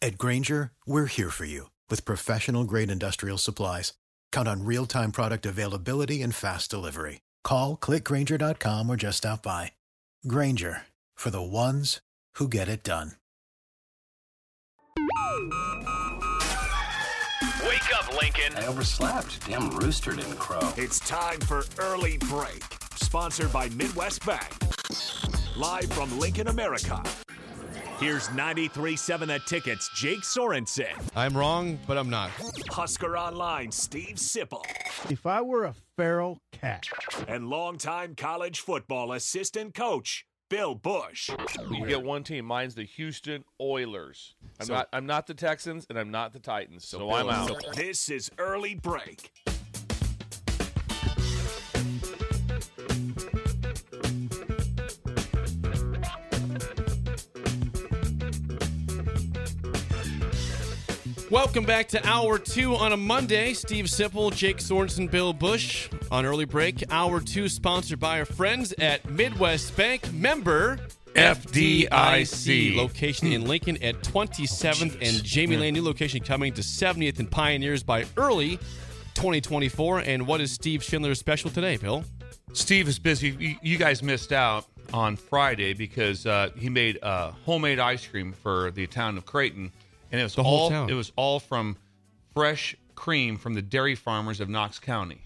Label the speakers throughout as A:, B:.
A: At Granger, we're here for you with professional grade industrial supplies. Count on real time product availability and fast delivery. Call clickgranger.com or just stop by. Granger for the ones who get it done.
B: Wake up, Lincoln.
C: I overslept. Damn rooster didn't crow.
B: It's time for Early Break, sponsored by Midwest Bank. Live from Lincoln, America. Here's 93.7 The Ticket's Jake Sorensen,
D: I'm wrong, but I'm not.
B: Husker Online Steve Sipple,
E: If I were a feral cat,
B: and longtime college football assistant coach Bill Bush.
F: You get one team. Mine's the Houston Oilers. I'm not. I'm not the Texans, and I'm not the Titans. So, I'm out.
B: This is Early Break.
D: Welcome back to Hour 2 on a Monday. Steve Sipple, Jake Sorensen, Bill Bush on early break. Hour 2 sponsored by our friends at Midwest Bank member
F: FDIC.
D: Location in Lincoln at 27th and Jamie Lane. New location coming to 70th and Pioneers by early 2024. And what is Steve Schindler's special today, Bill?
F: Steve is busy. You- You guys missed out on Friday because uh, he made uh, homemade ice cream for the town of Creighton, and it was
D: The whole
F: all
D: town.
F: it was all from fresh cream from the dairy farmers of Knox County.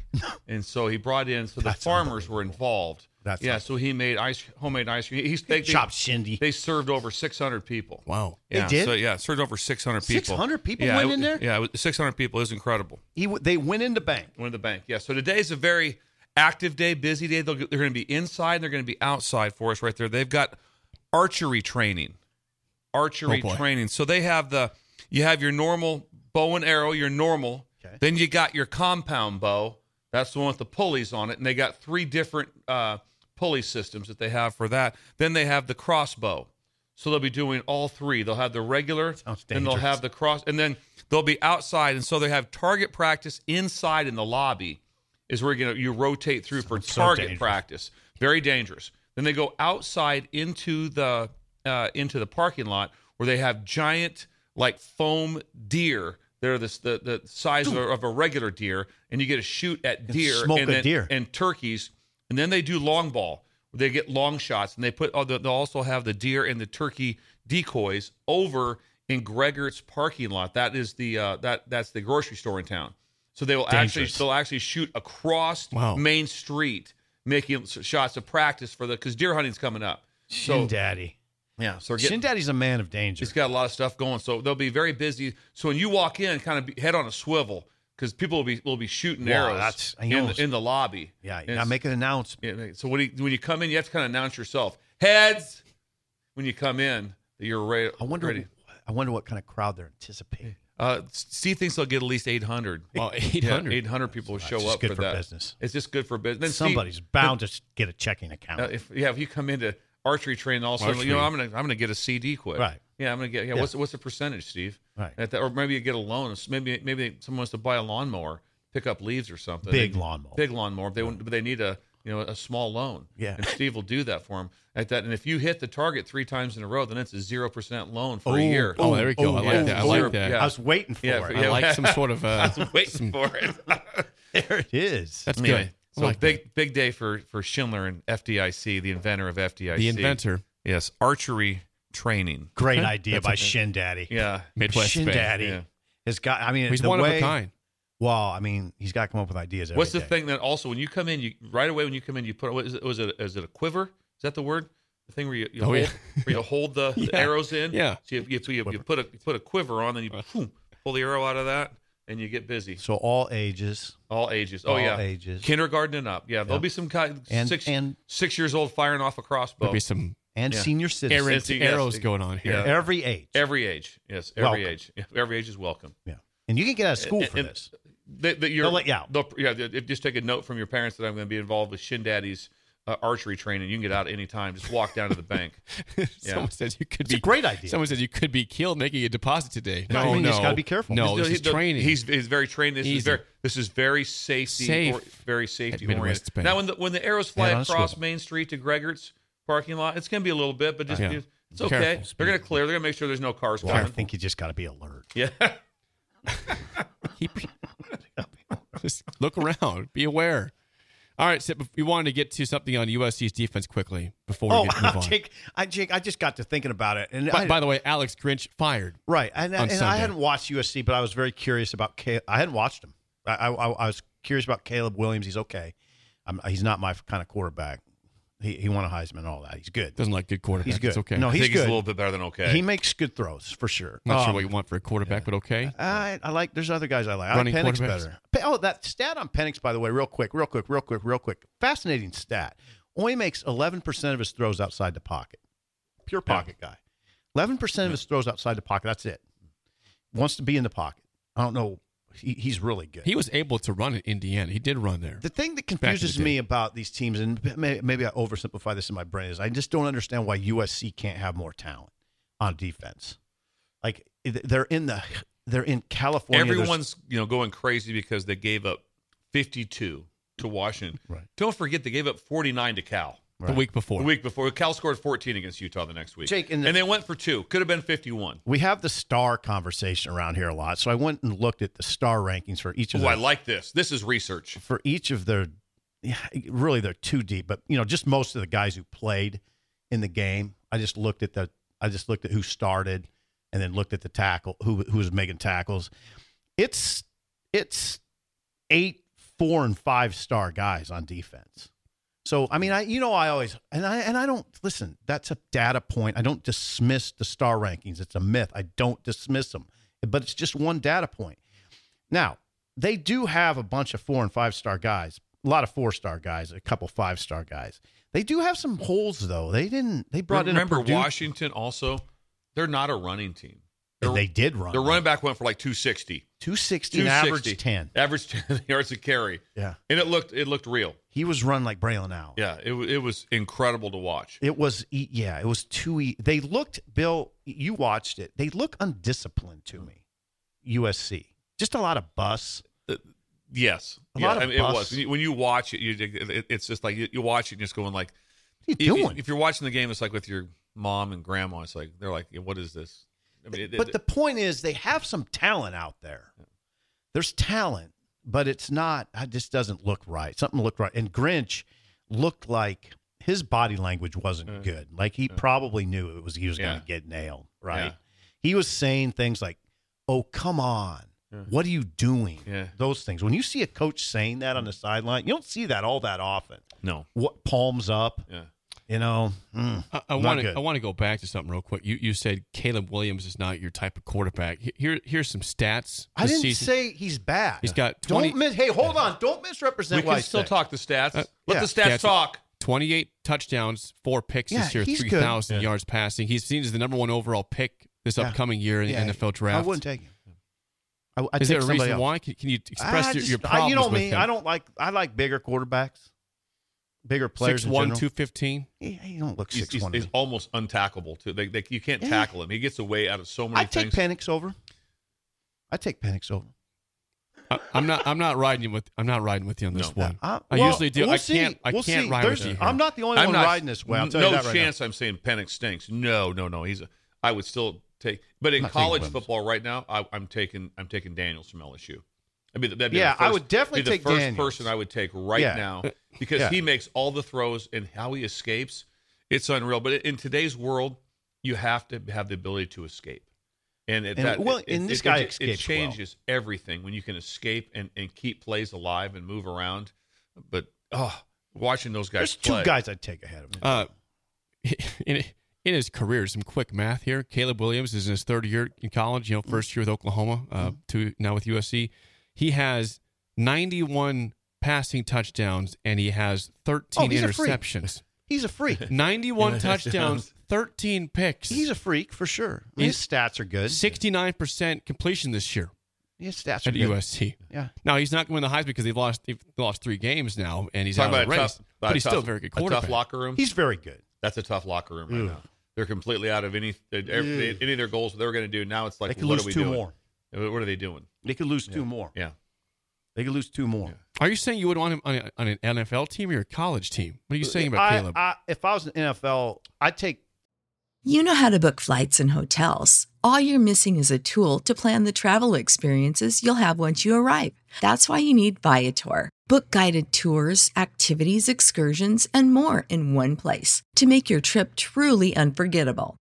F: and so he brought in so the farmers were involved.
E: That's
F: yeah. So he made ice homemade ice cream. He's they, they-
E: Chop shindy.
F: They served over 600 people.
E: Wow. They
F: Yeah,
G: did?
F: So yeah, served over 600 people.
G: 600 people
F: yeah,
G: went
F: it-
G: in there?
F: Yeah, it was 600 people. It was incredible.
G: He w- they went into bank.
F: One of the bank. Yeah. So today's a very active day, busy day. They'll, they're going to be inside. and They're going to be outside for us right there. They've got archery training, archery
E: Oh, boy.
F: training. So they have the you have your normal bow and arrow, your normal.
G: Okay.
F: Then you got your compound bow. That's the one with the pulleys on it, and they got three different uh, pulley systems that they have for that. Then they have the crossbow. So they'll be doing all three. They'll have the regular,
E: Sounds
F: and they'll
E: dangerous.
F: have the cross, and then they'll be outside. And so they have target practice inside in the lobby, is where you know you rotate through for
E: Sounds so
F: target
E: dangerous.
F: practice. Very dangerous. Then they go outside into the uh, into the parking lot where they have giant like foam deer. They're this, the the size of a, of a regular deer, and you get to shoot at deer
G: smoke
F: and
G: a
F: then-
G: deer.
F: and turkeys, and then they do long ball. They get long shots, and they put. Oh, they'll also have the deer and the turkey decoys over in Gregert's parking lot. That is the uh, that that's the grocery store in town. So they will
E: Dangerous.
F: actually they'll actually shoot across
E: Wow.
F: Main Street, making s- shots of practice for the because deer hunting's coming up. So
G: Shin Daddy.
F: yeah, so we're
G: Shin
F: getting,
G: Daddy's a man of danger.
F: he's got a lot of stuff going. So they'll be very busy. So when you walk in, kind of be, head on a swivel because people will be will be shooting
G: Wow,
F: arrows
G: that's- I
F: in,
G: know.
F: the, in the lobby.
G: yeah,
F: And
G: now
F: it's-
G: make an announcement.
F: yeah, they- so when you, when you come in, you have to kind of announce yourself. Heads. When you come in, that you're ready.
G: I wonder.
F: Ready.
G: I wonder what kind of crowd they're anticipating.
F: Uh, Steve thinks they'll get at least 800.
D: Well,
F: Yeah,
D: 800.
F: 800 people will
G: That's
F: show
G: just
F: up
G: good
F: for,
G: for
F: that.
G: business.
F: It's just good for business. Then Steve-
G: Somebody's bound to get a checking account.
F: uh, if yeah, if you come into archery training, all of a sudden, you know, I'm
D: Archery.
F: gonna I'm gonna get a CD quit.
G: Right.
F: Yeah, I'm gonna get. Yeah.
G: Yeah.
F: What's what's the percentage, Steve?
G: Right.
F: At that, or maybe you get a loan. Maybe maybe someone wants to buy a lawnmower, pick up leaves or something.
G: Big
F: They-
G: lawnmower.
F: Big lawnmower. They wouldn't- but they need a you know, a small loan.
G: Yeah.
F: And Steve will do that for him at that. And if you hit the target three times in a row, then it's a zero percent loan for a year.
D: Oh, there we go. I like
F: yeah.
D: that. I like
F: Zero-
D: that.
F: oh, yeah.
G: I was waiting for
F: Yeah,
G: it.
F: yeah.
D: I like some sort of uh,
F: I was waiting for it.
G: There it is.
D: that's
F: Yeah.
D: good. I
F: So
D: like
F: big, big day for for Schindler and FDIC, the inventor of FDIC.
D: that. the inventor
F: Yes, archery training.
G: Great
D: Okay.
G: idea
D: That's
G: by
D: okay.
G: Shin Daddy.
F: Yeah.
D: Midwest
G: Shin
D: Bank.
G: Daddy
F: yeah.
G: has got. I mean,
D: He's
G: the
D: one
G: way,
D: of a kind.
G: Well, I mean, he's got to come up with ideas. every
F: What's the
G: day.
F: thing that also when you come in, you right away when you come in, you put what is it was it is it a quiver? Is that the word? The thing where you, you
D: Oh,
F: hold,
D: yeah.
F: where you hold the, the
D: Yeah.
F: arrows in.
D: Yeah.
F: So you, you, so you, you put a you put a quiver on, then you boom, pull the arrow out of that, and you get busy.
G: So all ages.
F: All ages. Oh
G: all
F: yeah.
G: ages.
F: Kindergarten and up. Yeah. There'll be some kind
G: And-
F: six
G: and-
F: six years old firing off a crossbow.
D: There'll be some
G: and
F: Yeah.
G: senior citizens.
D: errant
F: Yes, yes.
D: arrows going on here.
F: Yeah.
G: Every age.
F: Every age. Yes. Every
G: Welcome.
F: age. Yeah, Every age is welcome.
G: yeah. And you can get out of school for
F: and-
G: this.
F: That, that you're,
G: They'll let you out.
F: they'll- yeah, they- just take a note from your parents that I'm going to be involved with Shin Daddy's uh, archery training. You can get out any time. Just walk down to the bank.
D: Someone said you could
G: It's
D: be
G: a great idea.
D: Someone said you could be killed making a deposit today.
G: No,
D: No,
G: I mean, you
D: no,
G: just gotta be careful.
D: No,
F: He's-
D: Oh, this is
F: he's-
D: training.
F: He's, he's very trained. This
D: Easy.
F: is very this is very safety
D: Safe
F: or, very
D: at
F: safety
D: Midwest
F: oriented.
D: Bank.
F: Now when the when the arrows fly
G: And on a
F: across
G: swivel.
F: Main Street to Gregert's parking lot, it's going to be a little bit, but just
D: Yeah.
F: it's
D: Be
F: okay.
D: careful.
F: They're going to clear. They're going to make sure there's no cars
G: I
F: coming.
G: think you just got to be alert.
F: Yeah.
D: Keep- just look around. Be aware. All right, Sip, we wanted to get to something on USC's defense quickly before
G: Oh,
D: we get, move on.
G: Jake, I, Jake, I just got to thinking about it, and
D: by,
G: I,
D: by the way, Alex Grinch fired.
G: right, and,
D: on
G: and I
D: Sunday.
G: hadn't watched USC, but I was very curious about. Ca- I hadn't watched him. I, I, I was curious about Caleb Williams. He's okay. I'm, he's not my kind of quarterback. He, he won a Heisman and all that. He's good.
D: Doesn't like good quarterbacks.
G: He's good.
D: It's okay.
G: No,
F: I
G: he's
F: think he's
G: good.
F: a little bit better than okay.
G: He makes good throws for sure.
D: I'm not sure
G: Um,
D: what you want for a quarterback, but okay.
G: I, I like. There's other guys I like.
D: Running
G: I like Penix
D: quarterbacks.
G: better. Pe- Oh, that stat on Penix, by the way, real quick, real quick, real quick, real quick. Fascinating stat. Only makes 11 percent of his throws outside the pocket. Pure pocket guy. 11 percent of his throws outside the pocket. That's it. Wants to be in the pocket. I don't know. He, he's really good.
D: He was able to run at Indiana. He did run there.
G: The thing that
D: the
G: confuses
D: day.
G: me about these teams, and may- maybe I oversimplify this in my brain, is I just don't understand why USC can't have more talent on defense. Like th- they're in the they're in California. There's-
F: Everyone's you know going crazy because they gave up 52 to Washington.
G: Right.
F: Don't forget they gave up 49 to Cal.
D: The week before.
F: The week before, Cal scored 14 against Utah the next week.
G: Jake, and the-
F: and they went for two. Could have been 51.
G: we have the star conversation around here a lot, so I went and looked at the star rankings for each of
F: Oh, I
G: their,
F: like this. This is research.
G: for each of their. Yeah, really, they're too deep, but you know, just most of the guys who played in the game. I just looked at the. I just looked at who started, and then looked at the tackle who who was making tackles. It's it's eight four and five star guys on defense. So I mean, I you know I always and I and I don't listen. That's a data point. I don't dismiss the star rankings. It's a myth. I don't dismiss them, but it's just one data point. Now they do have a bunch of four and five star guys, a lot of four star guys, a couple five star guys. They do have some holes though. They didn't. They brought
F: Remember
G: in a Purdue,
F: Washington also? They're not a running team.
G: and they did run.
F: Their running back went for like 260.
G: two sixty
F: 260.
G: Uh-huh. average ten.
F: Average 10 yards a carry.
G: Yeah,
F: And it looked it looked real.
G: he was run like Braylon Allen.
F: Yeah, it, wa- it was incredible to watch.
G: It was, e- yeah, it was too. E- they looked, Bill, you watched it. They look undisciplined to me. USC, just a lot of bus.
F: Yes.
G: A
F: yeah,
G: lot of
F: I mean, it
G: bus.
F: was. When you- When you watch it, you, it it's just like you, you watch it and just going like,
G: What are
F: if,
G: you
F: you-
G: doing?
F: if you're watching the game, it's like with your mom and grandma. It's like, they're like, what is this? I mean, it-
G: but
F: it-
G: the point is, they have some talent out there. There's talent, but it's not. It just doesn't look right. Something looked right, and Grinch looked like his body language wasn't good. Like he probably knew it was he was going
F: Mm. Yeah.
G: to get nailed. Right?
F: Yeah.
G: He was saying things like, "Oh, come on." What are you doing?
F: Yeah. Mm.
G: Those things. When you see a coach saying that on the sideline, you don't see that all that often.
F: no.
G: What palms up?
F: Yeah.
G: You know, mm,
D: I- I
G: not
D: want to
G: good.
D: I want to go back to something real quick. You you said Caleb Williams is not your type of quarterback. He- Here here's some stats.
G: I
D: this
G: didn't
D: season.
G: say he's bad.
D: He's got 20
G: Don't mis- hey, hold on. Don't misrepresent
F: We
G: what
F: can
G: I
F: still
G: said.
F: talk the stats.
D: Uh,
F: Let
G: yeah.
F: the stats
D: Yeah, it's-
F: talk.
D: 28 touchdowns, four picks
G: Yeah,
D: this year,
G: he's good.
D: 3,000 yards passing. He's seen as the number one overall pick this
G: Yeah.
D: upcoming year in
G: Yeah,
D: the NFL draft.
G: I wouldn't take him. I, I'd
D: Is
G: take
D: there a
G: somebody
D: reason
G: else.
D: why? Can, can you
G: I
D: express your,
G: Ah, just-
D: your
G: I-
D: problems
G: You know
D: with
G: me.
D: him?
G: I don't like. I like bigger quarterbacks, bigger players.
D: Six
G: in
D: one
G: general.
D: two fifteen.
G: He, he don't look
F: He's,
G: six
F: he's,
G: one. Eh.
F: he's almost untackable too. They, they, you can't
G: Yeah.
F: tackle him. He gets away out of so many
G: I take
F: things.
G: Penix over. I take Penix over.
D: I, I'm not. I'm not riding you with. I'm not riding with you on this one. I
G: I, Uh, well,
D: usually do.
G: We'll
D: I
G: see.
D: can't. I
G: We'll
D: can't
G: see.
D: ride
G: There's,
D: with you. here.
G: I'm not the only one riding this way. I'll tell
F: no
G: you that right
F: chance I'm saying Penix stinks. No, no, no. He's a. I would still take, but in
G: not taking
F: college
G: Clemson.
F: football right now, I, I'm taking. I'm taking Daniels from LSU. I'd be the, that'd be
G: Yeah,
F: the first,
G: I would definitely
F: be the
G: take
F: first
G: Daniels.
F: person I would take right
G: Yeah.
F: now because
G: Yeah.
F: he makes all the throws and how he escapes. It's unreal. But in today's world, you have to have the ability to escape. And, it,
G: And,
F: that,
G: well,
F: it,
G: and
F: it-
G: this
F: it-
G: guy
F: it,
G: escapes well.
F: it changes everything when you can escape and, and keep plays alive and move around. But oh, watching those
G: There's
F: guys
G: two
F: play.
G: guys I'd take ahead of him.
D: Uh, in in his career, some quick math here. Caleb Williams is in his third year in college. You know, first year with Oklahoma, uh, to now with USC. He has 91 passing touchdowns and he has 13
G: Oh, he's a freak.
D: interceptions.
G: He's a freak.
D: 91
F: touchdowns.
D: touchdowns, 13 picks.
G: He's a freak for sure. I mean, his
D: He's-
G: stats are good.
D: 69% completion this year
G: His stats are
D: at
G: good.
D: USC.
G: Yeah.
D: Now he's not going to win the Heisman because they've lost they've lost three games now and he's
F: Talking
D: out of the
F: about a
D: race.
F: tough- about
D: but
F: a
D: he's
F: tough-
D: still a very good
F: A
D: quarterback.
F: tough locker room.
G: He's very good.
F: That's a tough locker room right
G: Ugh.
F: now. They're completely out of any every, any of their goals they were going to do. Now it's like,
G: they could
F: what
G: lose
F: are we
G: two
F: doing?
G: more.
F: What are they doing?
G: They could lose two more.
F: Yeah.
G: They could lose two more.
D: Are you saying you would want him on, a, on an NFL team or a college team? What are you saying about
G: I-
D: Caleb?
G: I- if I was an NFL, I'd take
H: You know how to book flights and hotels. All you're missing is a tool to plan the travel experiences you'll have once you arrive. That's why you need Viator. Book guided tours, activities, excursions, and more in one place to make your trip truly unforgettable.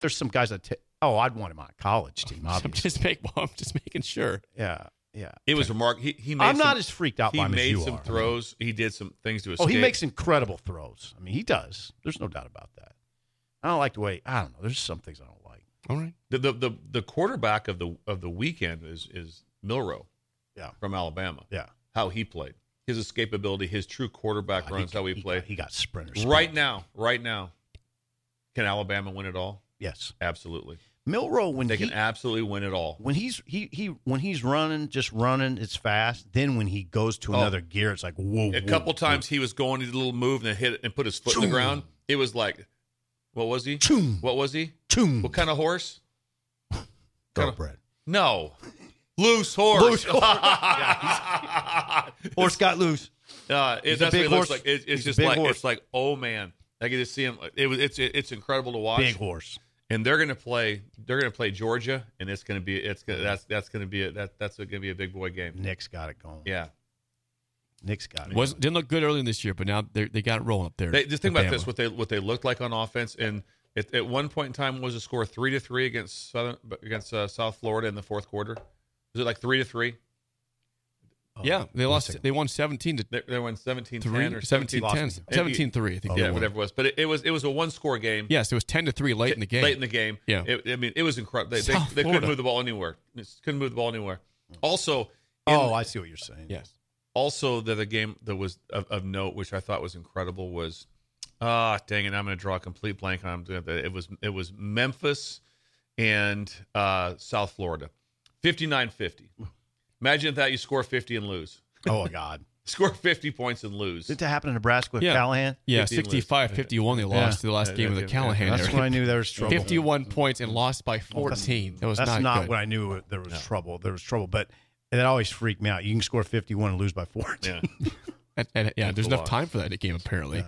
G: there's some guys I'd take. Oh, I'd want him on a college team,
D: I'm
G: obviously.
D: just make, I'm just making sure.
G: yeah. Yeah.
F: It was remarkable. He, he made
G: I'm not
F: some-
G: as freaked out
F: He
G: by him as
F: made
G: you
F: some
G: are.
F: throws. He did some things to escape.
G: Oh, he makes incredible throws. I mean, he does. There's no doubt about that. I don't like the way. I don't know. There's some things I don't like.
D: All right.
F: the, the the the quarterback of the of the weekend is is Milrow
G: Yeah.
F: from Alabama.
G: Yeah.
F: How he played, his escapability, his true quarterback
G: I
F: runs,
G: think
F: how he,
G: he
F: played.
G: Got, he got sprinters.
F: right now, right now, can Alabama win it all?
G: Yes.
F: Absolutely,
G: Milrow when
F: they
G: he,
F: can absolutely win it all.
G: when he's he he when he's running, just running, it's fast. Then when he goes to
F: Oh.
G: another gear, it's like whoa. whoa,
F: A couple
G: whoa.
F: times he was going, he did a little move and then hit it and put his foot in the
G: Choom.
F: ground. It was like, what was he?
G: Choom.
F: What was he?
G: Choom.
F: What kind of horse?
G: Thoroughbred.
F: No, loose horse.
G: Loose horse.
F: horse.
G: Horse got loose.
F: Uh,
G: He's a
F: it, that's what
G: big
F: it looks
G: horse.
F: like. It,
G: He's
F: it's
G: a
F: just
G: big
F: like
G: horse.
F: it's like oh man, I get to see him. It was it's it's incredible to watch.
G: Big horse.
F: And they're gonna play. They're gonna play Georgia, and it's gonna be it's gonna that's that's gonna be a, that that's gonna be a big boy game.
G: Nick's got it going.
F: Yeah,
G: Nick's got it.
D: Was didn't look good early in this year, but now they they got it rolling up there.
F: They, just think
D: at
F: about
D: Bama.
F: this: what they what they looked like on offense, and at, at one point in time was a score three to three against Southern against uh, South Florida in the fourth quarter. Was it like three to three?
G: Oh,
D: yeah, they
G: one
D: lost.
G: second.
D: They won seventeen to
F: They, they won 17
D: three
F: 10 or
D: 17
F: 17
G: lost
D: 10
G: me.
D: 17 3 i think
G: Oh,
D: they
F: Yeah,
D: won.
F: whatever it was. But it, it was it was a one score game.
D: yes it was 10 to 3 late in the game
F: Late in the game.
D: Yeah.
F: It, I mean, it was incredible. They, they,
D: South
F: they couldn't
D: Florida.
F: move the ball anywhere. Just couldn't move the ball anywhere. Also,
G: Oh, I see what you're saying.
D: yes
F: also the other game that was of, of note, which I thought was incredible, was ah dang it, I'm going to draw a complete blank. on it was it was Memphis and uh, South Florida, 59-50. Imagine if that you score 50 and lose,
G: Oh God,
F: score 50 points and lose.
G: did that happen in Nebraska with
D: Yeah.
G: Callahan?
D: yeah
F: 15 lose.
D: 65 51 they lost to the last
F: Yeah,
D: game of the
F: yeah, yeah.
D: callahan
G: That's
D: era.
G: when I knew there was trouble.
D: 51 points and lost by 14 that was
G: That's
D: not,
G: not,
D: good.
G: what I knew. There was trouble. There was trouble, but that always freaked me out. You can score 51 and lose by 14.
F: Yeah.
D: And- and- yeah, there's
F: a
D: enough
F: lot.
D: time for that game, apparently.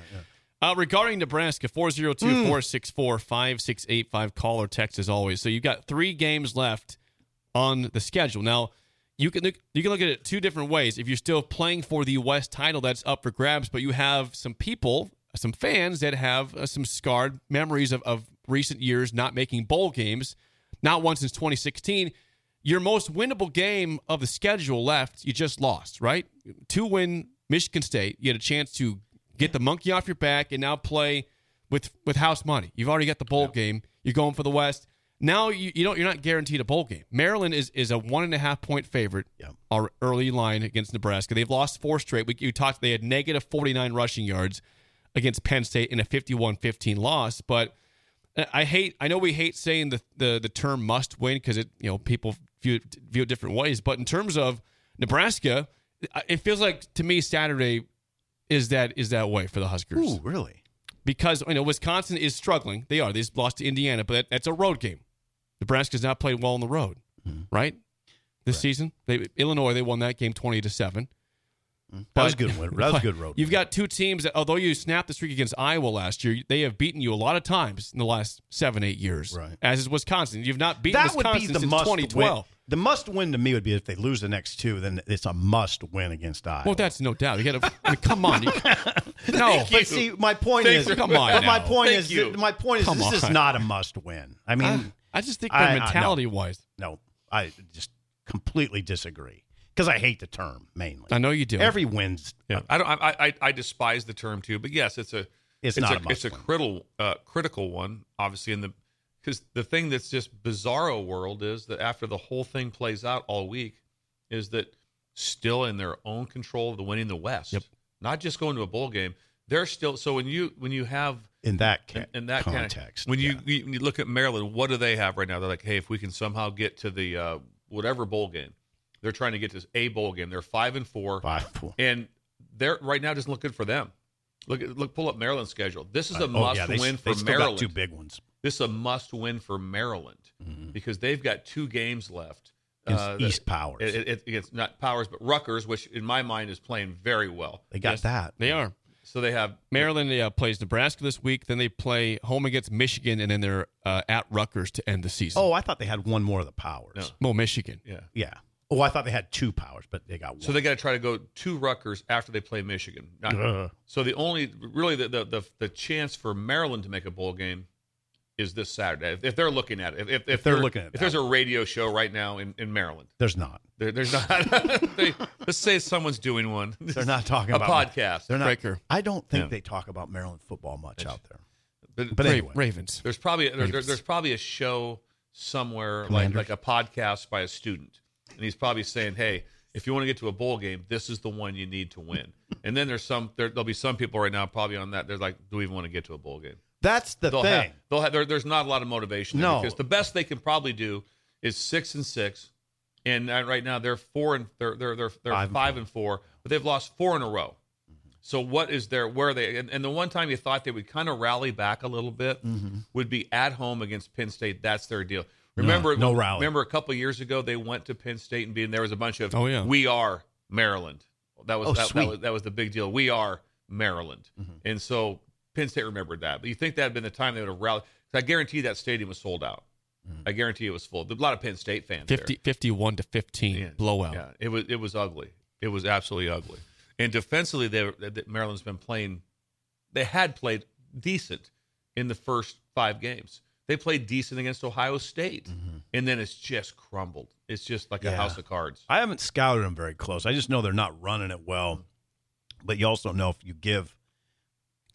D: Uh, regarding Nebraska, 402 464 5685, call or text as always. So you've got three games left on the schedule. Now, you can, look, you can look at it two different ways. If you're still playing for the West title, that's up for grabs, but you have some people, some fans that have uh, some scarred memories of, of recent years not making bowl games, not one since 2016 your most winnable game of the schedule left, you just lost, right? Two win Michigan State. You had a chance to get the monkey off your back and now play with with house money. You've already got the bowl game. You're going for the West. Now you, you don't you're not guaranteed a bowl game. Maryland is is a one and a half point favorite
G: Yeah.
D: our early line against Nebraska. They've lost four straight. We, you talked they had negative 49 rushing yards against Penn State in a 51-15 loss, but I hate. I know we hate saying the the, the term "must win" because it you know people view it- view it different ways. But in terms of Nebraska, it feels like to me Saturday is that is that way for the Huskers
G: Ooh, really?
D: because you know Wisconsin is struggling. They are. They just lost to Indiana, but that, that's a road game. Nebraska's not played well on the road,
G: Mm-hmm.
D: right? This season, they, Illinois they won that game twenty to seven.
G: Mm-hmm. That was a good win. That was a good road.
D: You've got two teams that, although you snapped the streak against Iowa last year, they have beaten you a lot of times in the last seven, eight years.
G: Right.
D: As is Wisconsin. You've not beaten
G: that would
D: Wisconsin
G: be the
D: since
G: must
D: 2012.
G: win. The must win to me would be if they lose the next two, then it's a must win against Iowa.
D: Well, that's no doubt. You got to I mean, come on. You, no,
G: But see, my point
D: Thank
G: is,
D: you. Come on
G: but my
D: now.
G: point
F: Thank
G: is,
F: you.
G: my point is,
D: Come
G: this is
D: on. Ah.
G: not a must win. I mean,
D: I, I just think
G: I- I-
D: their
G: no.
D: mentality wise.
G: no, I just completely disagree because I hate the term mainly.
D: I know you do.
G: Every win's
F: Yeah, I don't. I, I I despise the term too, but yes, it's a
G: It's
F: a,
G: not a
F: it's a
G: must-win.
F: critical uh, critical one, obviously. In the because the thing that's just bizarro world is that after the whole thing plays out all week, is that still in their own control of the winning the West,
D: Yep.
F: not just going to a bowl game. They're still so when you when you have
G: in that ca-
F: in, in that Kind
G: context.
F: of, when you,
G: yeah.
F: you when you look at Maryland, what do they have right now? They're like, hey, if we can somehow get to the uh, whatever bowl game, they're trying to get to a bowl game. They're five and four
G: five four.
F: and they're right now doesn't look good for them. Look, at look, pull up Maryland's schedule. This is a
G: Oh,
F: must
G: yeah, they,
F: win
G: they
F: for
G: still
F: Maryland.
G: Got two big ones.
F: This is a must win for Maryland because they've got two games left. uh,
G: Against
F: that-
G: Mm-hmm. East Powers.
F: It, it, it's not Powers, but Rutgers, which in my mind is playing very well.
G: They got that.
D: They are.
F: So they have
D: Maryland yeah, plays Nebraska this week. Then they play home against Michigan, and then they're uh, at Rutgers to end the season.
G: Oh, I thought they had one more of the powers.
F: No.
D: well, Michigan.
F: yeah.
G: Yeah. Oh, I thought they had two powers, but they got one.
F: So they got to try to go to Rutgers after they play Michigan. Not-
G: Ugh.
F: so the only really the, the the the chance for Maryland to make a bowl game is this Saturday if, if they're looking at it. If, if, if
G: they're
F: there-
G: looking at
F: if there's
G: that.
F: a radio show right now in, in Maryland.
G: There's not.
F: There, there's not. they, let's say someone's doing one.
G: They're not talking
F: a
G: about
F: podcast.
G: They're not.
D: Breaker.
G: I don't think
F: Yeah.
G: they talk about Maryland football much out there.
F: But,
G: But
D: Ra-
G: anyway,
D: Ravens.
F: there's probably there, there-
D: Ravens.
F: there's probably a show somewhere like
G: Commanders.
F: like a podcast by a student, and he's probably saying, "Hey, if you want to get to a bowl game, this is the one you need to win." and then there's some there, there'll be some people right now probably on that. They're like, "Do we even want to get to a bowl game?"
G: that's the
F: They'll
G: thing.
F: have, they'll have there, there's not a lot of motivation. there
G: No.
F: because the best they can probably do is six and six, and uh, right now they're four and they're they're they're, they're
G: Five
F: five,
G: and
F: and four, but they've lost four in a row. So what is their where are they? And, and the one time you thought they would kind of rally back a little bit would be at home against Penn State. That's their deal. Remember,
G: Mm-hmm. no rally.
F: Remember a couple years ago they went to Penn State and being there was a bunch of
D: Oh, yeah.
F: we are Maryland. That was
G: Oh,
F: that, that
G: sweet. Mm-hmm.
F: was that was the big deal. We are Maryland, and so Penn State remembered that. But you think that had been the time they would have rallied? 'cause I guarantee that stadium was sold out.
G: Mm-hmm.
F: I guarantee it was full. There were A lot of Penn State fans.
D: 50, 51 to 15
F: there. Yeah.
D: blowout.
F: Yeah, it was it was ugly. It was absolutely ugly. And defensively, they, that Maryland's been playing. They had played decent in the first five games. They played decent against Ohio State, and then it's just crumbled. It's just like a
G: Mm-hmm. Yeah.
F: house of cards.
G: I haven't scouted them very close. I just know they're not running it well. But you also know if you give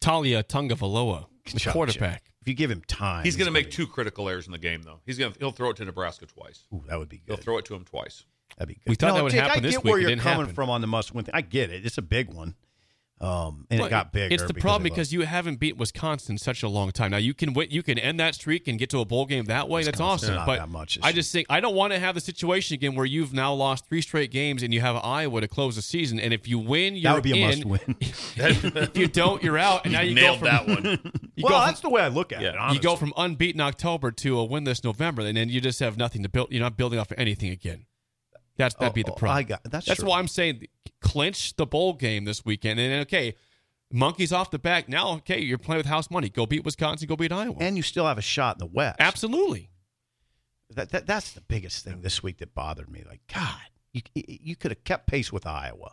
D: Talia Tungavaloa, the quarterback.
G: if you give him time,
F: He's going to
G: gonna
F: make two critical errors in the game, though. He's going to he'll throw it to Nebraska twice.
G: Ooh, that would be
F: He'll
G: good.
F: throw it to him twice.
G: That'd be good.
D: We thought
G: No,
D: that would
G: Jake,
D: happen
G: I
D: this
G: get
D: week.
G: where
D: It
G: you're
D: didn't
G: coming
D: happen.
G: from on the must win thing. I get it. It's a big one, um, and
D: Well,
G: it got bigger.
D: It's the
G: because
D: problem
G: of
D: because
G: us.
D: you haven't beat Wisconsin in such a long time. Now you can win, you can end that streak and get to a bowl game that way. That's
G: Wisconsin's
D: awesome.
G: not
D: but
G: that much this
D: I just think I don't want to have the situation again where you've now lost three straight games and you have Iowa to close the season. And if you win, you're
G: that would be
D: in.
G: a must win.
D: If you don't, you're out. And now you
F: Nailed
D: go from,
F: that one.
D: You
G: well,
D: go from,
G: that's the way I look at
F: Yeah.
G: it.
F: You
D: you
G: Honestly.
D: go from unbeaten October to a winless November, and then you just have nothing to build. You're not building off anything again. That's that'd be the
G: Oh, oh,
D: problem.
G: I got that's
D: That's
G: true.
D: why I'm saying clinch the bowl game this weekend. And then, okay, monkeys off the back. Now, okay, you're playing with house money. Go beat Wisconsin. Go beat Iowa.
G: and you still have a shot in the West.
D: Absolutely.
G: That, that that's the biggest thing this week that bothered me. Like God, you you could have kept pace with Iowa,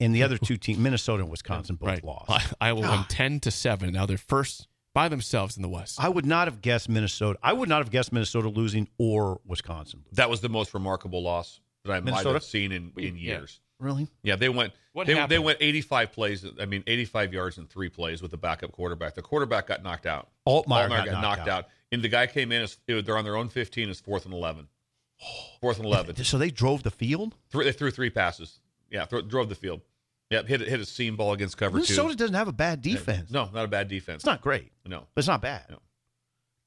G: and the other two teams, Minnesota and Wisconsin, both
D: right.
G: lost.
D: I- Iowa won
G: God.
D: ten to seven. Now they're first by themselves in the West.
G: I would not have guessed Minnesota. I would not have guessed Minnesota losing or Wisconsin. losing.
F: That was the most remarkable loss that I might
G: Minnesota?
F: have seen in, in
D: Yeah.
F: years.
G: Really?
F: Yeah, they went.
D: What
F: they, they
D: happened?
F: went 85 plays. I mean, 85 yards in three plays with the backup quarterback. The quarterback got knocked out.
G: Altmaier
F: got, knocked out. and the guy came in. As, it was- they're on their own 15. It's fourth and 11. Fourth and 11.
G: So they drove the field.
F: Three, they threw three passes. Yeah, thro- drove the field. Yep, hit hit a seam ball against cover
G: Minnesota
F: two.
G: doesn't have a bad defense.
F: No, not a bad defense.
G: it's not great,
F: No.
G: but it's not bad.
F: No.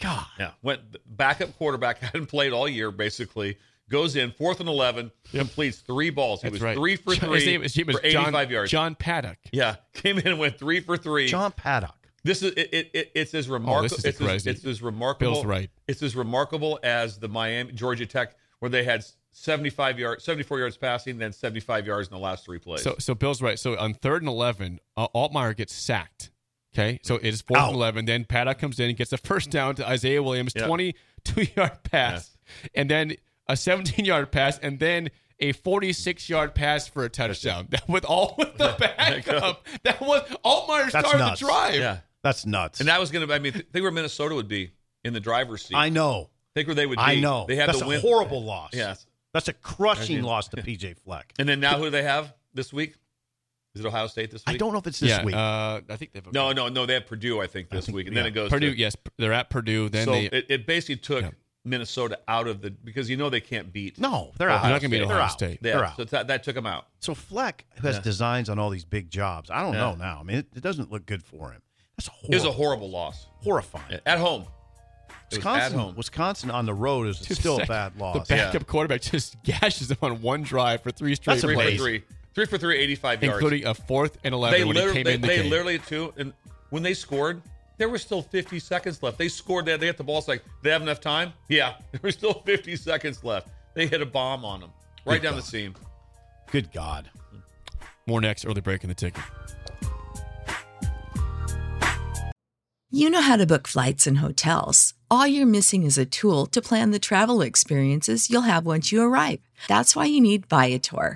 G: God,
F: Yeah, went the backup quarterback hadn't played all year. Basically, goes in fourth and 11, completes three balls. He
D: That's
F: was
D: right.
F: three for
D: John-
F: three
D: His name, his name is
F: for 85
D: John,
F: yards.
D: John Paddock.
F: Yeah, came in and went three for three.
G: John Paddock.
F: This is it, it, it- It's as remarkable.
D: Oh, is
F: it's, as,
D: crazy.
F: it's as remarkable.
D: Bill's right.
F: It's as remarkable as the Miami Georgia Tech, where they had seventy-five yards, seventy-four yards passing, then seventy-five yards in the last three plays.
D: So, so Bill's right. So on third and eleven, uh, Altmaier gets sacked. Okay, so it is fourth
G: Ow.
D: and eleven. Then Paddock comes in and gets a first down to Isaiah Williams,
F: Yeah.
D: twenty-two yard pass, and then a seventeen-yard pass, and then a forty-six-yard pass for a touchdown. That with all with the backup. That was Altmaier
G: That's
D: started
G: nuts.
D: the drive.
F: yeah,
G: That's nuts.
F: and that was going to. I mean, th- think where Minnesota would be in the driver's seat.
G: I know.
F: think where they would. Be.
G: I know.
F: They had
G: That's
F: the
G: a
F: win.
G: horrible loss.
F: Yes.
G: That's a crushing loss to PJ Fleck.
F: And then now, who do they have this week? Is it Ohio State this week?
G: I don't know if it's this
D: Yeah,
G: week.
D: Uh, I think they've
F: No, no, no. They have Purdue, I think, this
G: think-
F: week, and
G: yeah.
F: then it goes
D: Purdue.
F: To,
D: Yes, they're at Purdue. Then
F: so
D: they
F: it, it basically took
D: Yeah.
F: Minnesata out of the because you know they can't beat.
G: no, they're
F: Ohio
G: out.
D: they're not going to
F: State.
D: beat
G: They're
D: Ohio
G: out.
D: State.
F: Yeah,
G: They're out.
F: So that, that took them out.
G: So Fleck who has
F: Yeah.
G: designs on all these big jobs. I don't
F: Yeah.
G: know now. I mean, it, it doesn't look good for him. That's
F: It
G: horrible.
F: was a horrible loss
G: horrifying.
F: at home. It was at
G: Wisconsin,
F: home.
G: Wisconsin on the road is still a
D: Sack-
G: bad loss.
D: The backup quarterback just gashes them on one drive for three straight
G: That's
F: three
D: plays.
F: for three, three for three, 85 yards.
D: including a fourth and eleven
F: they
D: when he
F: literally,
D: came
F: they,
D: in the
F: they
D: game.
F: literally too, and when they scored, there were still 50 seconds left. They scored that. They hit the ball. It's like they have enough time. Yeah, there were still 50 seconds left. They hit a bomb on them right down the seam.
G: Good God.
D: More next early break in the ticket.
H: You know how to book flights and hotels. All you're missing is a tool to plan the travel experiences you'll have once you arrive. That's why you need Viator.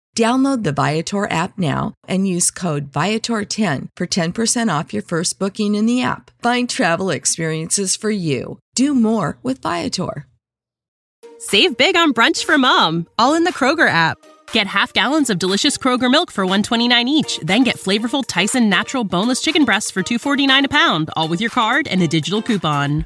H: Download the Viator app now and use code Viator10 for 10% off your first booking in the app. Find travel experiences for you. Do more with Viator.
I: Save big on brunch for mom, all in the Kroger app. Get half gallons of delicious Kroger milk for 129 each, then get flavorful Tyson natural boneless chicken breasts for 249 a pound, all with your card and a digital coupon.